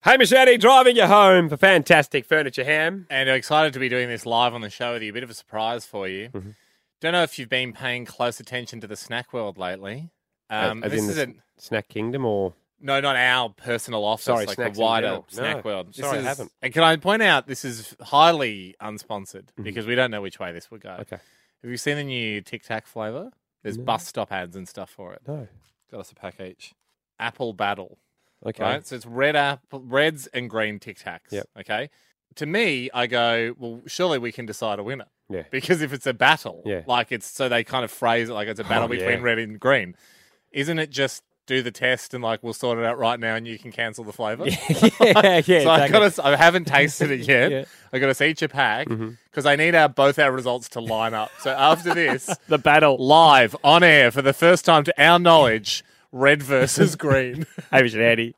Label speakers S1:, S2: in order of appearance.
S1: Hamish Addy driving you home for fantastic furniture ham.
S2: And I'm excited to be doing this live on the show with you. A bit of a surprise for you.
S1: Mm-hmm.
S2: Don't know if you've been paying close attention to the snack world lately. Um,
S1: Uh, As
S2: this
S1: in the
S2: isn't
S1: Snack Kingdom or
S2: no, not our personal office,
S1: Sorry,
S2: like
S1: snacks
S2: the
S1: in
S2: wider
S1: general.
S2: snack
S1: No,
S2: world. This
S1: sorry, I
S2: is-
S1: haven't.
S2: And can I point out this is highly unsponsored because we don't know which way this will go.
S1: Mm-hmm. Okay.
S2: Have you seen the new Tic Tac flavor? There's bus stop ads and stuff for it.
S1: no?
S2: Got us a pack each. Apple Battle.
S1: Okay.
S2: Right? So it's red apple, reds and green Tic Tacs.
S1: Yep.
S2: Okay. To me, I go, well, surely we can decide a winner.
S1: Yeah.
S2: Because if it's a battle,
S1: Yeah. Oh,
S2: like it's so they kind of phrase it like it's a battle
S1: yeah.
S2: between red and green. Isn't it just do the test and like we'll sort it out right now and you can cancel the flavor?
S1: yeah, yeah.
S2: so I
S1: exactly.
S2: got to, I haven't tasted it yet.
S1: Yeah. Mm-hmm.
S2: I got to see each a pack because I need our both our results to line up. So after this,
S1: the battle.
S2: live on air for the first time to our knowledge, red versus green.
S1: Hamish and Andy.